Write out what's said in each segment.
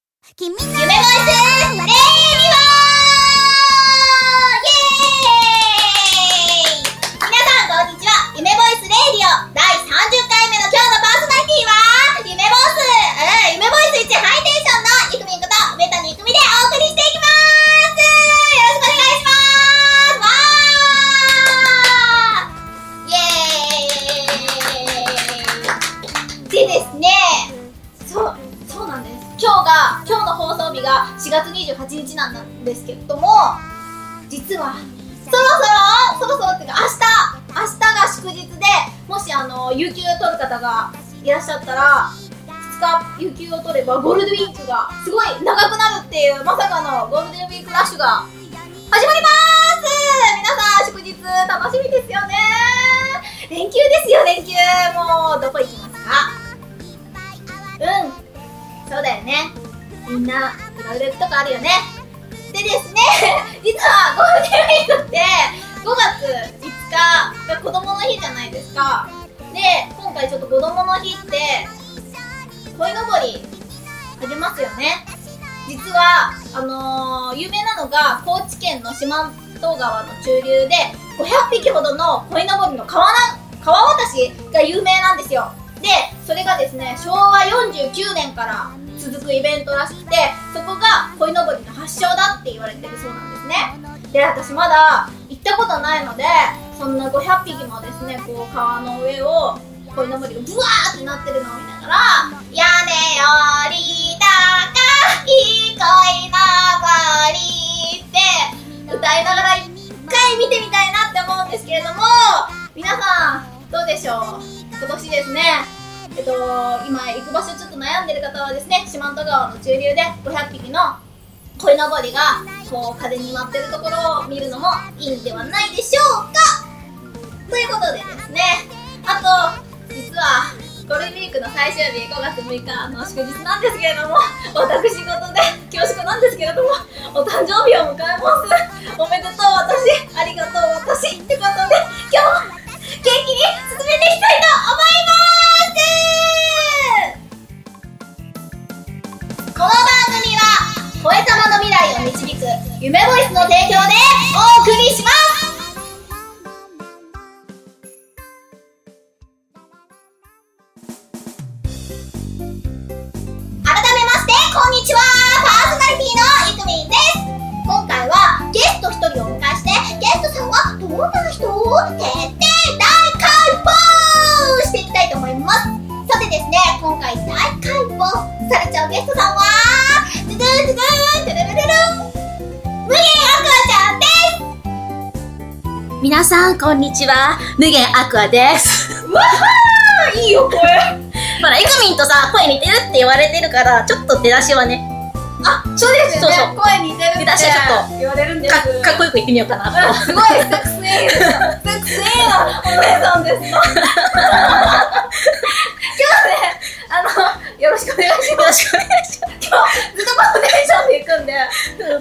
君の夢ボイスレディオイエーイ皆さんこんにちは夢ボイスレディオ第30回目の今日のパーソナリティは夢ボスうん夢ボイス一ハイテンションのいくみんこと梅谷いくみでお送りしていきますよろしくお願いしますわーイエーイでですねそうそうなんです今日が今日の放送日が4月28日なんですけれども実はそろそろそろそろっていうか明日明日が祝日でもしあの有給を取る方がいらっしゃったら2日有給を取ればゴールデンウィークがすごい長くなるっていうまさかのゴールデンウィークラッシュが始まります皆さん祝日楽しみですよね連休ですよ連休もうどこ行きますかうんそうだよねみんないろいろ行くとこあるよねでですね 実はゴールデンウィークって5月5日が子供の日じゃないですかで今回ちょっと子供の日って鯉のぼりあげますよね実はあのー有名なのが高知県の四万十川の中流で500匹ほどの鯉のぼりの川な川渡しが有名なんですよでそれがですね昭和49年から続くイベントらしくてそこが鯉のぼりの発祥だって言われてるそうなんですねで私まだ行ったことないのでそんな500匹もですねこう川の上を鯉のぼりがブワーってなってるのを見ながら「屋根より高い鯉のぼり」って歌いながら一回見てみたいなって思うんですけれども皆さんどうでしょう今年ですねえっと今行く場所ちょっと悩んでる方はですね四万十川の中流で500匹の鯉のぼりがこう風に舞ってるところを見るのもいいんではないでしょうかということでですねあと実はゴールデンウィークの最終日5月6日の祝日なんですけれども私事で恐縮なんですけれどもお誕生日を迎えますおめでとう私ありがとう私ってことで今日も元気に進めていきたいと思いますこの番組は「声様の未来を導く夢ボイス」の提供でお送りします改めましてこんにちはパーソナリティのいくみんです今回はゲスト一人をお迎えしてゲストさんはどんな人を徹底大解剖していきたいと思いますさてですね今回大解剖されちゃうゲストさんはドゥドゥドゥドゥドゥルルルルン無限赤ちゃんです皆さん、こんにちは。無限アクアです。わはいいよこれほら、エクミンとさ、声似てるって言われてるから、ちょっと出だしはね、あそうですよねそうそう声似てるって出だしちょっ言われるんですかかっこよく言ってみよう かなうんすごいセクシーですセクシーなお姉さんですな今日ねあのよろしくお願いしと。よまろすしくお願いしま今日ずっとパーテーションで行くんで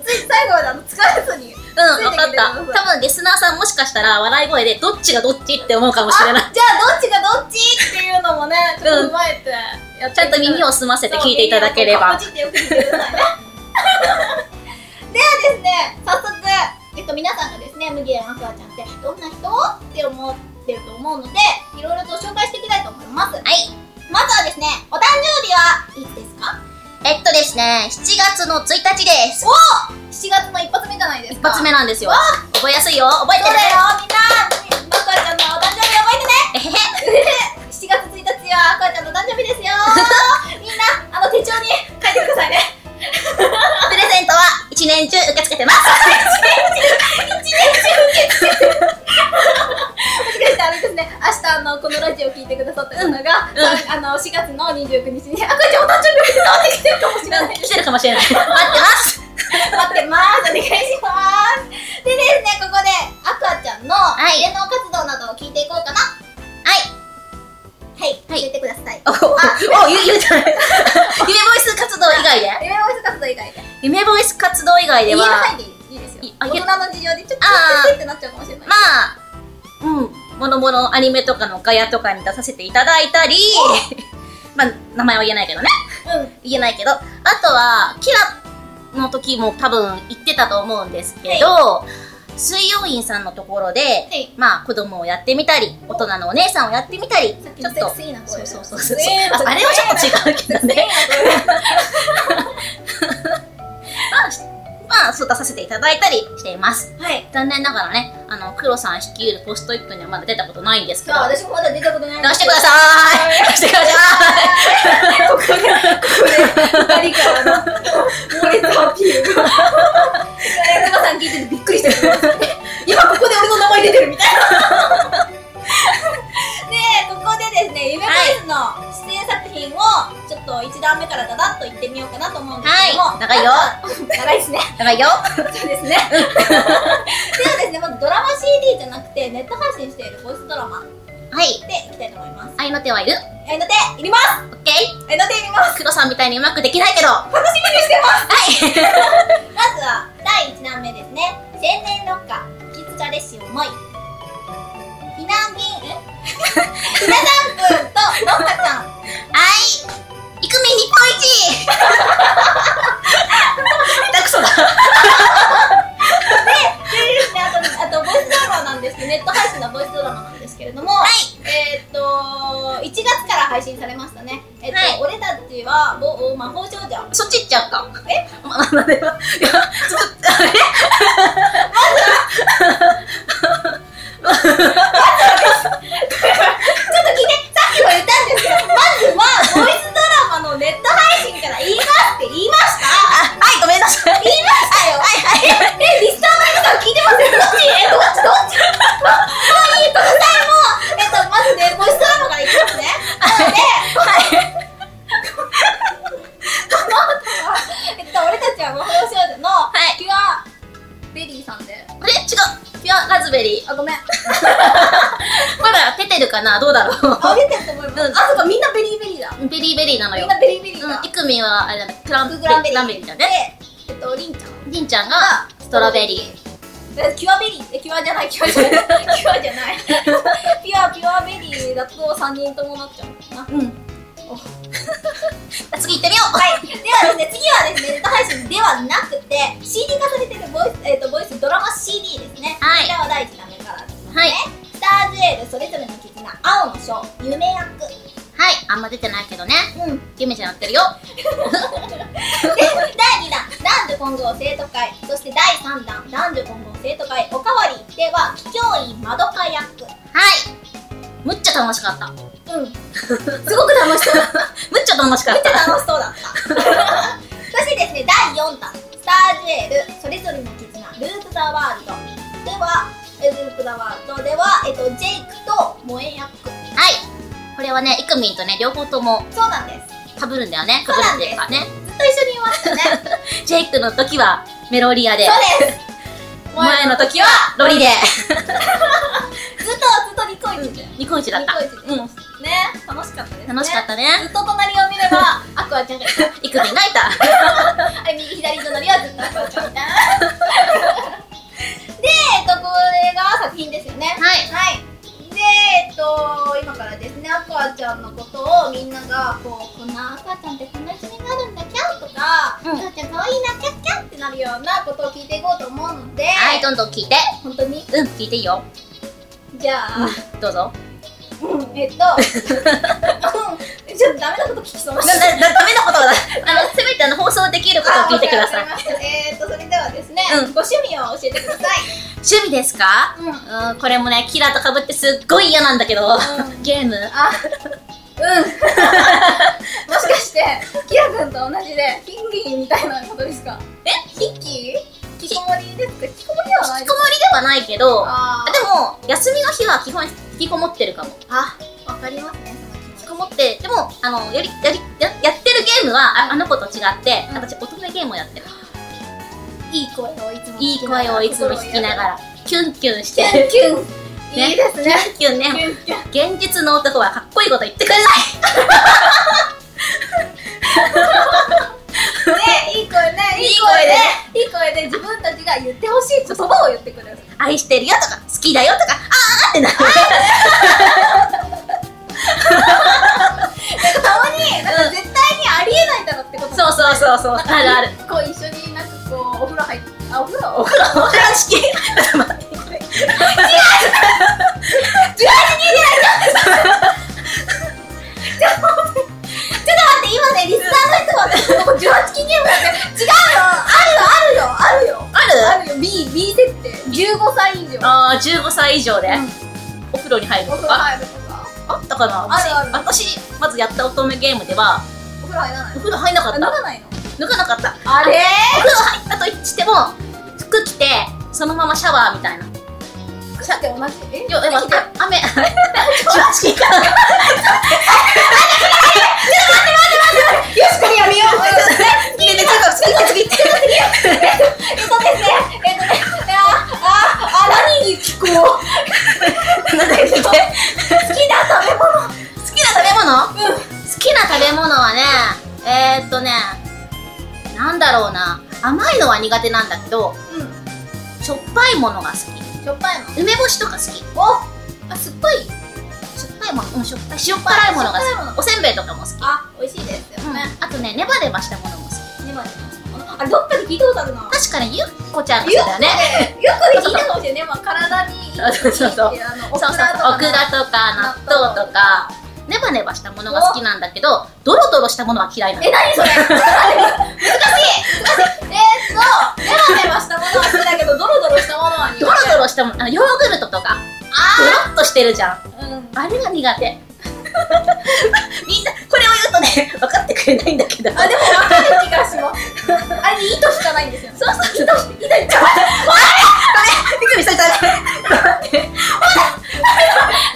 つい最後まであの疲れずにす。うん、わかった。多分、リスナーさんもしかしたら、笑い声で、どっちがどっちって思うかもしれない。あじゃあどっちがどっちっていうのもねちょっと踏まえてやっ てちゃんと耳を澄ませて聞いていただければ。そう耳をこうかこじってよく聞いてくださいね ではですね早速えっと皆さんがですね麦谷あくあちゃんってどんな人って思ってると思うのでいろいろと紹介していきたいと思いますはいまずはですねお誕生日はいつですかえっとですね、7月の1日です。おお7月の一発目じゃないです一か発目なんですよわ。覚えやすいよ。覚えそうてだるよみんなあくあちゃんのお誕生日覚ええてねへへ。 7月1日はあかちゃんの誕生日です よみんなあの手帳に書いてくださいねプレゼントは、一年中受け付けてます。もしかしてあれですね明日あのこのラジオ聞いてくださった方が、さあの4月の29日にあかちゃんお誕生日おめでとうって来てるかもしれない来てるかもしれない。待ってます。待ってますお願いしますでですねここであかちゃんのい芸能活動などを聞いていこうかなはいはい教えてください お、お、おゆゆうちゃん。夢ボイス活動以外で夢追い活動以外で夢ボイス活動以外言えでは、る範囲でいいですよいあ大言え人の事情でちょっとあーちょっとってなっちゃうかもしれないまあ、うん、ものものアニメとかのガヤとかに出させていただ いたり、まあ、名前は言えないけどね。うん言えないけど、あとは、キラの時も多分行ってたと思うんですけど、水曜院さんのところで、いまあ子供をやってみたり、大人のお姉さんをやってみたり、さっきちょのっとセク、シーなそ声うだそうそうセそうクシーな声ああれはちょっと違うけどね。まあし、まあ、そう出させていただいたりしています。はい残念ながらね、あの、黒さん率いるポストイットにはまだ出たことないんですけそどう、私もまだ出たことない出してください出してくださここで、ここで、二人からの、猛烈アピールが。えさん聞いててびっくりしてる。今ここで俺の名前出てるみたいな。で、ここでですね、夢ボイスの出演作品を、ちょっと一段目からだだっと言ってみようかなと思うんですけども。はい長いよ長いですね。い長いよそうですね。 ではですね、まずドラマ CD じゃなくて、ネット配信しているボイスドラマはい。でいきたいと思います。愛の手はいるえの手、いりますオッケーえの手、いります黒さんみたいにうまくできないけどは楽しみにしてますいまずは第1弾目ですね青年ロッカー引き継がれし思い避難民えひなさんくんとロッカちゃはんいイクミン日本一下手くそだであとあとボイスドラマなんですけどネット配信のボイスドラマなんですけれども、えーっと1月から配信されましたねえっと、はい俺たちはぼお魔法少女そっち行っちゃったえまあなんでいやずっとえちょっと聞いて、さっきも言ったんですけど、まずは、ボイスドラマのネット配信から言いますって言いましたはい、ごめんなさい。言いましたよ。はい、はい。え、リスナーの皆さん聞いてますよ。どっちえ、どっちどっちもういい、この際もう、えっと、まずね、ボイスドラマからいきますね。なので、はい。この後は、えっと、俺たちは魔法少女はの、いキュアベリーさんで。あれ違うピュアラズベリーあ、ごめん。まだ出てるかなどうだろあ、見てると思います。あ、そうか、みんなベリーベリーだ。うベリーベリーなのみよんなベリーベリーだ。うんイクミンはあれだねクラングランベリラーンベリーだねでえっとりんちゃんりんちゃんがストロベリーーキュアベリーえキュアじゃないキュアじゃないキュアじゃないピュアピュアベリーだと3人ともなっちゃうなはうん次行ってみよういではですね次はですねネット配信ではなくて CD 化されてるボイス,、えっとボイスドラマ CD ですねはいこちらは第1弾目からですね、はいスタージュエルそれぞれの絆青の章夢役はいあんま出てないけどねうんゆめちゃんやってるよで第2弾男女混合生徒会そして第3弾男女混合生徒会おかわりでは桔梗院まどか役はいむっちゃ楽しかったむっ うん。すごく楽しそうだ。ちゃ楽しかめっっちたゃ楽 しそうだった。そしてですね、第4弾。スタージュエル、それぞれの絆、ループザワールド。では、えループザワールドでは、えっと、ジェイクと萌え役。はいこれはねイクミンとね両方ともそうなんです。被るんだよね被そうるなっんていですうかねずっと一緒にいまし たね。ジェイクの時はメロリアでそうです。前の時はロリでずっと、ずっとニコイチで。ニコイチだったニコイチでうんね、楽しかったですね。楽しかったねずっと隣を見れ ば、アクアちゃんがいた。イクミンがいたあれ右左隣はずっとアクア ちゃんみたいな。で、えっと、これが作品ですよね。はいはい。で、えっと、今からですね、赤ちゃんのことをみんなが、こう、こんな赤ちゃんってこんな一面があるんだ、キャンとか、うん赤ちゃん可愛いな、キャッキャンってなるようなことを聞いていこうと思うので、はいどんどん聞いて本当にうん聞いていいよじゃあ、どうぞうんえっと、うんちょっとダメなこと聞きそうななななダメなことだ あのせめてあの放送できることを聞いてくださいあわかりましたえーっと、それではですね、うんご趣味を教えてください。趣味ですかうん。うんこれもねキラと被ってすっごい嫌なんだけどんゲームあ、うん。 もしかして、キラ君と同じで、ヒンギーみたいなことですかえヒッキー引きこもりですか引きこもりではな引いきこもりではないけどあーでも休みの日は基本引きこもってるかもあ、わかりますね、その気持引ちき。こもってでもあのやりやりややってるゲームはああの子と違ってうん私乙女ゲームをやってるいい声をいつもいい声をいつも聞きながら。らキュンキュンしキてュンキュン。ねいいですね。キュンねキュンキュン。現実の男はかっこいいこと言ってくれないね、いい声ね、いい声で、いい声で自分たちが言ってほしい言葉を言ってくれる。愛してるよとか好きだよとかあーってなるたまに、なんか絶対にありえないだろってことそうそうそうそうあるあるこう一緒になんかのお風呂入っあお風呂お 風呂お風呂敷待ってこれちょっと待って今ねリスナーの人はねここ18金ゲームだって違うよあるよあるよあるあるよあるよ B, B 設定15歳以上ああ15歳以上で、うんお風呂に入るおと風呂か入るとかあったかな私あるある私まずやった乙女ゲームではお風呂入らないおの風呂入んなかあった脱がないの抜かなかったあれお風呂入ったと言っても服着てそのままシャワーみたいなさって同じえいやでも待ってあ雨18金かなよしこれやめようねえねえちょっと次行って次行ってえっとですね、えっとね、あ、あ、あ、何に聞こう。なんだっけ好きな食べ物好きな食べ物好きな食べ物はねえー、っとねなんだろうな甘いのは苦手なんだけどうしょっぱいものが好ん、しょっぱいの。き梅干しとか好きしょお、あ、酸っぱい。っぱいものうんしょっぱい塩辛いものがしょっぱいも好きおせんべいとかも好き、あ、美味しいですようんね。あとねネバネバしたものも好きねばねば。あ、どっかで聞いたことあるな。確かにゆっこちゃんがそうだよねよく聞いたかもしれない。でも体にいいっていう。そうそうそうあのそうそうオクラとか。ラとか納豆とかネバネバしたものが好きなんだけどドロドロしたものは嫌いなのえ、何それ。 難しい。難しい。えーっと、ネバネバしたものは好きだけど、ドロドロしたものは苦手。ドロドロしたものあのヨーグルトとかドロッとしてるじゃんうん。あれが苦 手みんなこれを言うとね分かってくれないんだけどあ、でも分かる気がします。あれに糸しかないんですよね。そうそうそうひどいあれびっくりしたあれ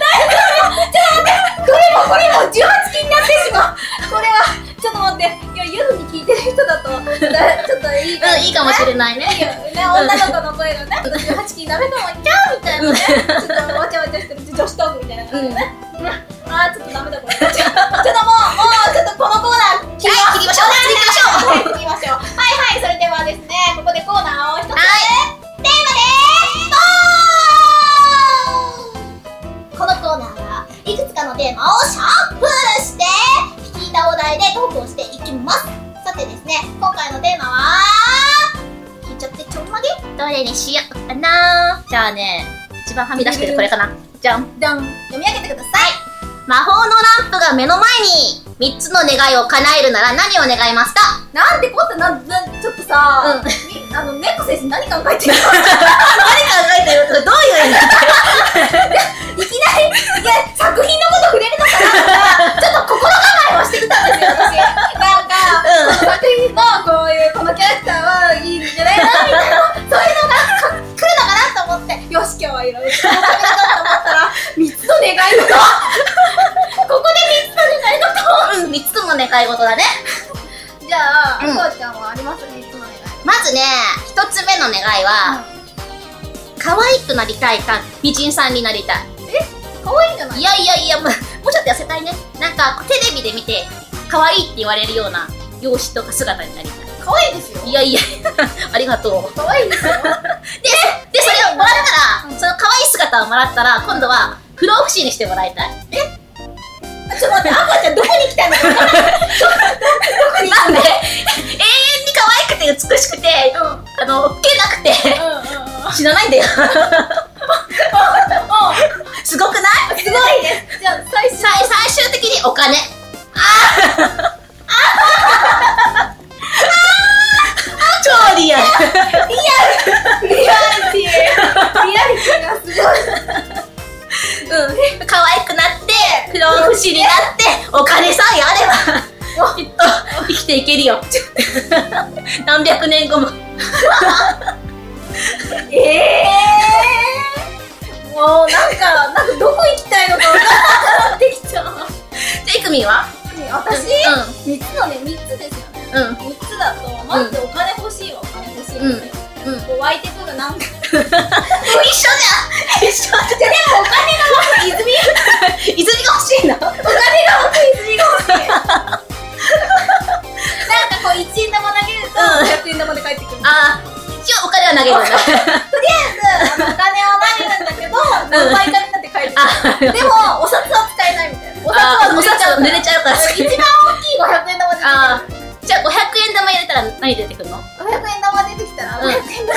これもこれも18禁になってしまうこれはちょっと待っていや夜に聞いてる人だとだちょっといいうんいいかもしれないねいいよね女の子の声がね18禁になるのもキャーみたいなねちょっとわちゃわちゃしてる女子トークみたいな感じでね、うんあーちょっとダメだこれちょっともうもうちょっとこのコーナー切りはい切りましょう次行きましょうはい行きましょうはいはいそれではですねここでコーナーを一つ、テーマでーこのコーナーはいくつかのテーマをシャッフルして聞いたお題でトークをしていきますさてですね今回のテーマは聞いちゃってちょんまげどれにしようかなじゃあね一番はみ出してるこれかなじゃんダン読み上げてください魔法のランプが目の前に3つの願いを叶えるなら何を願いますかなんでこったなんなんちょっとさ、うんみあの猫先生何考えてるの誰考えてるどういう意味いきなりいや作品のこと触れるのかなとかちょっと心構えをしてきたんですよ私なんか、うんこの作品のこういうこのキャラクターはいいんじゃないかなみたいなそういうのが来るのかなと思ってよし今日はいろいろ調べたと思ったら3つの願い事ここうん、で3つの願い事3つの願い事だね。じゃあ、うんこうちゃんはあります3つの願いまずね、1つ目の願いは、可愛くなりたいか、美人さんになりたい。可愛いんじゃないいやいやいや、もうもうちょっと痩せたいね。なんか、テレビで見て、可愛いって言われるような、容姿とか姿になりたい。可愛いですよいやいや、 ありがとう。可愛いですよで、それをもらったうら、んその可愛い姿をもらったら、今度は、不老不死にしてもらいたい。ちょっと待って、アコちゃんどこに来たのかななんで、永遠に可愛くて美しくて、うん。あの、老けなくて、うんうんうん。死なないんだよ。おすごくないすごいです。じゃあ、最初。最最終的にお金ああ超リアルリアリティ。リアリティがすごい。うん可愛くなって不老不死になってお金さえあればきっと生きていけるよ 何百年後も えー。もう、なんか、なんかどこ行きたいのか分からなくなってきちゃう。じゃあいくみんは私、三つのね、三つですよね。うんうん三つだと、まずお金欲しいわ、お金欲しいわうね。んうんこう湧いてくるなんか。一緒じゃん一緒じゃん泉が 泉が欲しいのお金が欲しい、泉が欲しい。なんかこう、一円玉投げると、うん100円玉で帰ってくる。ああ一応お金は投げるんだお金は投げるんだけど、何倍かになって帰ってあくる。でも、お札は使えないみたいな。お札あはお札は濡れちちゃうからゃう。一番大きい500円玉で。あーじゃあ500円玉入れたら何出てくるの500円玉出てきたら、うん500円玉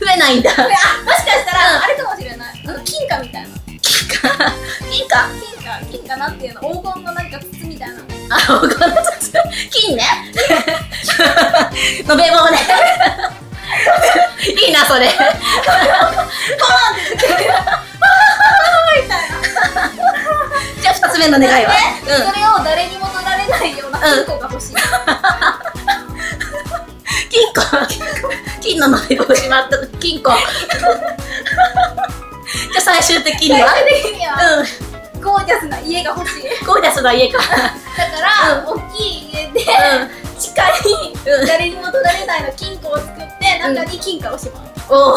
増えないんだ。これあもしかしたうんらあれかもしれないあの金貨みたいな金貨。金貨。金貨金貨なんていうの黄金のなんか筒みたいなあ、このつ金ね。のべ棒ね。いいな、それ。みたいなじゃあ、二つ目の願いは。それを誰にも取られないような金庫が欲しい、うん。金庫。金ののべ棒しまった。金庫。じゃあ、最終的に最は。終的には、うん。ゴージャスな家が欲しいだゴージャスな家か。から、大きい家で、う地下にん。うん。誰にも取られないの金庫を作って中に金貨をします、おお。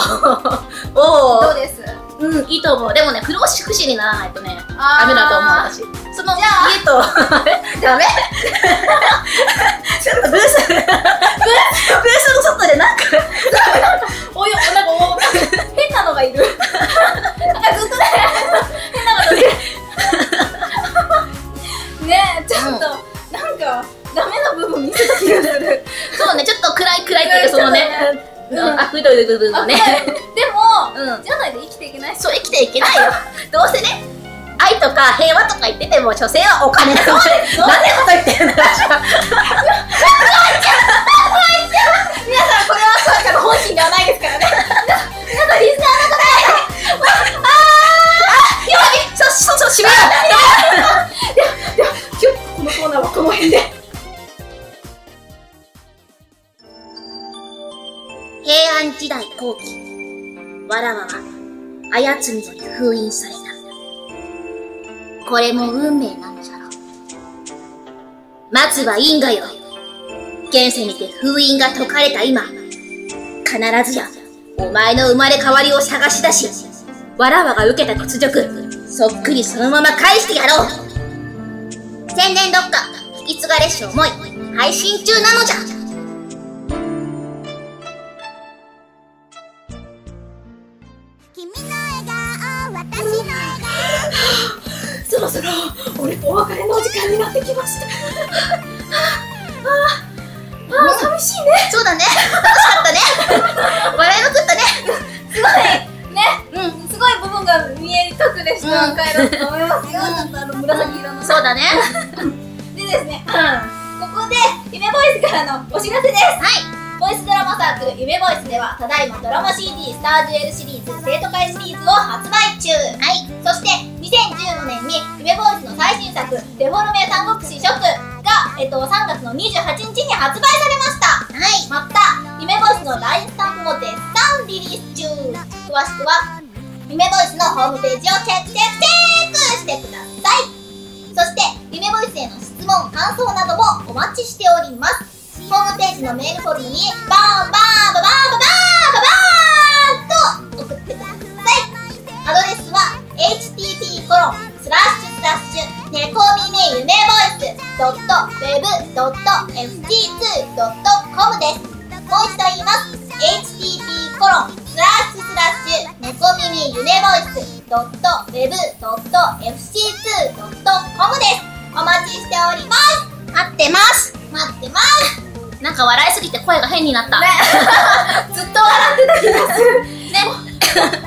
どおうですお。うん、いいと思う。でもね、不老不死にならないとね。あダメだと思うう私そのじゃあ家と ダメちょっとブースブースブースの外でなんかおよなんかお変なのがいるなんかずっとね変なのがいるねえちょっと、なんかダメな部分見せた気がするそうねちょっと暗い暗いっていうかそのねうんうんあ黒い部分あのねねでも、うんじゃないと生きていけないしそう生きていけないよどうせね愛とか平和とか言ってても所詮はお金だもん何てこと言ってるんだ皆さんこれはそうから本心ではないですからね皆さんリスナーの方やばいそそそう閉めよ今日このコーナーはこの辺でう平安時代後期わらわは綾津により封印されたこれも運命なのじゃろうまずは因果よ現世にて封印が解かれた今必ずやお前の生まれ変わりを探し出しわらわが受けた屈辱そっくりそのまま返してやろう千年六花引き継がれし思い配信中なのじゃ君の笑顔私の笑そろそろ俺お別れのお時間になってきましたあーあー寂しいねそうだね。楽しかったね。笑いまくったね。すごいね、うん、すごい部分が見え隠れしたうん回だと思いますよ、ちょっとあの紫色のそうだね。でですね、ここで夢ボイスからのお知らせですはボイスドラマサークル夢ボイスではただいまドラマ CD スターデュエルシリーズ生徒会シリーズを発売中はいそして2015年に夢ボイスの最新作「デフォルメ三国志ショック」が、えっと、3月の28日に発売されましたはいまた夢ボイスの第3弾も絶賛リリース中詳しくは夢ボイスのホームページをチェックチェックチェックしてくださいそして、夢ボイスへの質問、感想などもお待ちしております。ホームページのメールフォームに、バンバンババンババンババーンと送ってください。アドレスは、http コロンスラッシュスラッシュ、ネコミメ夢ボイス .web.ft2.com です。もう一度言います。http コロンスラッシュスラッシュ猫耳夢ボイス .web.fc2.com ですお待ちしておりますい。合ってます。待ってますなんか笑いすぎて声が変になった。ね。 ずっと笑ってたけど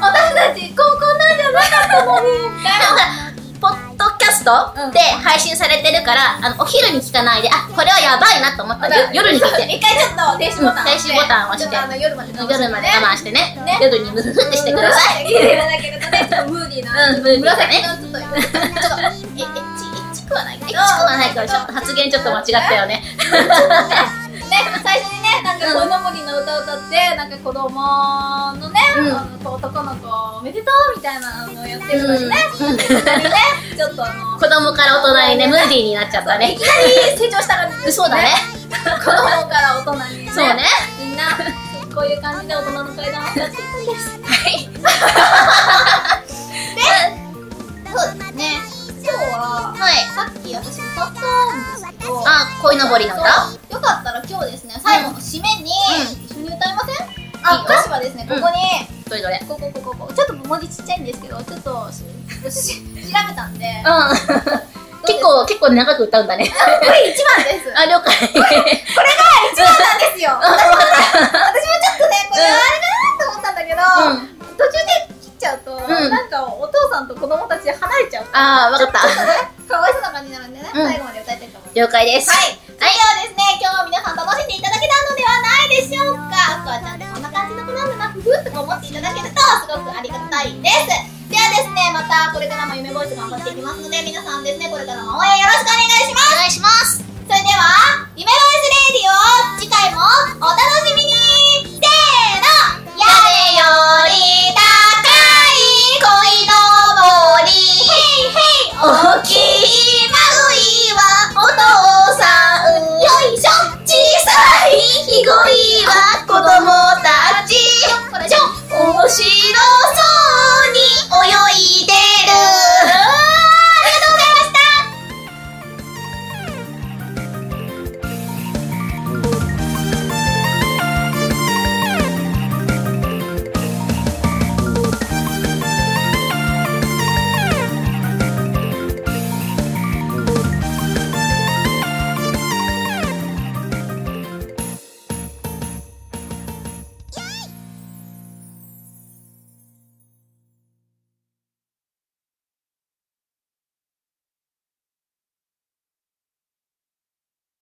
私たち高校なんじゃなかったのにみたいなポッドキャストで配信されてるから、あの、お昼に聞かないで、あ、これはやばいなと思ったら、よ夜に聞いて。一回ちょっと停止ボタンを押して停止ボタンを押してちょっとあの夜まで我慢して夜まで我慢してね。ね夜にムフフってしてください。い。いらなければね、ちょっとムーディーな。うんムーディーなね紫のちょっと、ちょっと、え、え、ち、えちくはないけど。えちくはないから、ちょっと発言ちょっと間違ったよね。ね、最初にね、なんかこいのぼりの歌を歌って、なんか子供のね、うんあのこう男の子おめでとうみたいなのをやってるのにね、うんうんいきなりね、ちょっとあの、子供から大人にね、ムーディーになっちゃったいねき。なり成長した感じですそうだね。。子供から大人に、そうね。みんな、こういう感じで大人の階段をやってい くんです。はい。で、そうですね、今日は、はい。さっき私歌ったんですけど、あ、鯉のぼりの歌そうよかったら今日ですね最後の締めに一緒に歌いません、いいあよ歌詞はですねここに、どれどれこここ こここちょっと文字ちっちゃいんですけどちょっとしし調べたんうでん。結構、結構長く歌うんだね。これ一番です。あ、了解。そうなんですよ。私もね、私もちょっとね、これあれだなと思ったんだけど、途中で切っちゃうと、んなんかお父さんと子供たちで離れちゃう。あー、わかった。かわいそうな感じになるんでね、うん最後まで歌いたいと思います。了解です。はい。それではですね、今日も皆さん楽しんでいただけたのではないでしょうか。こうちゃんってこんな感じの子なんだな、ふふとか思っていただけると、すごくありがたいです。ではですね、またこれからも夢ボイス頑張っていきますので、皆さんですね、これからも応援よろしくお願いします。お願いします。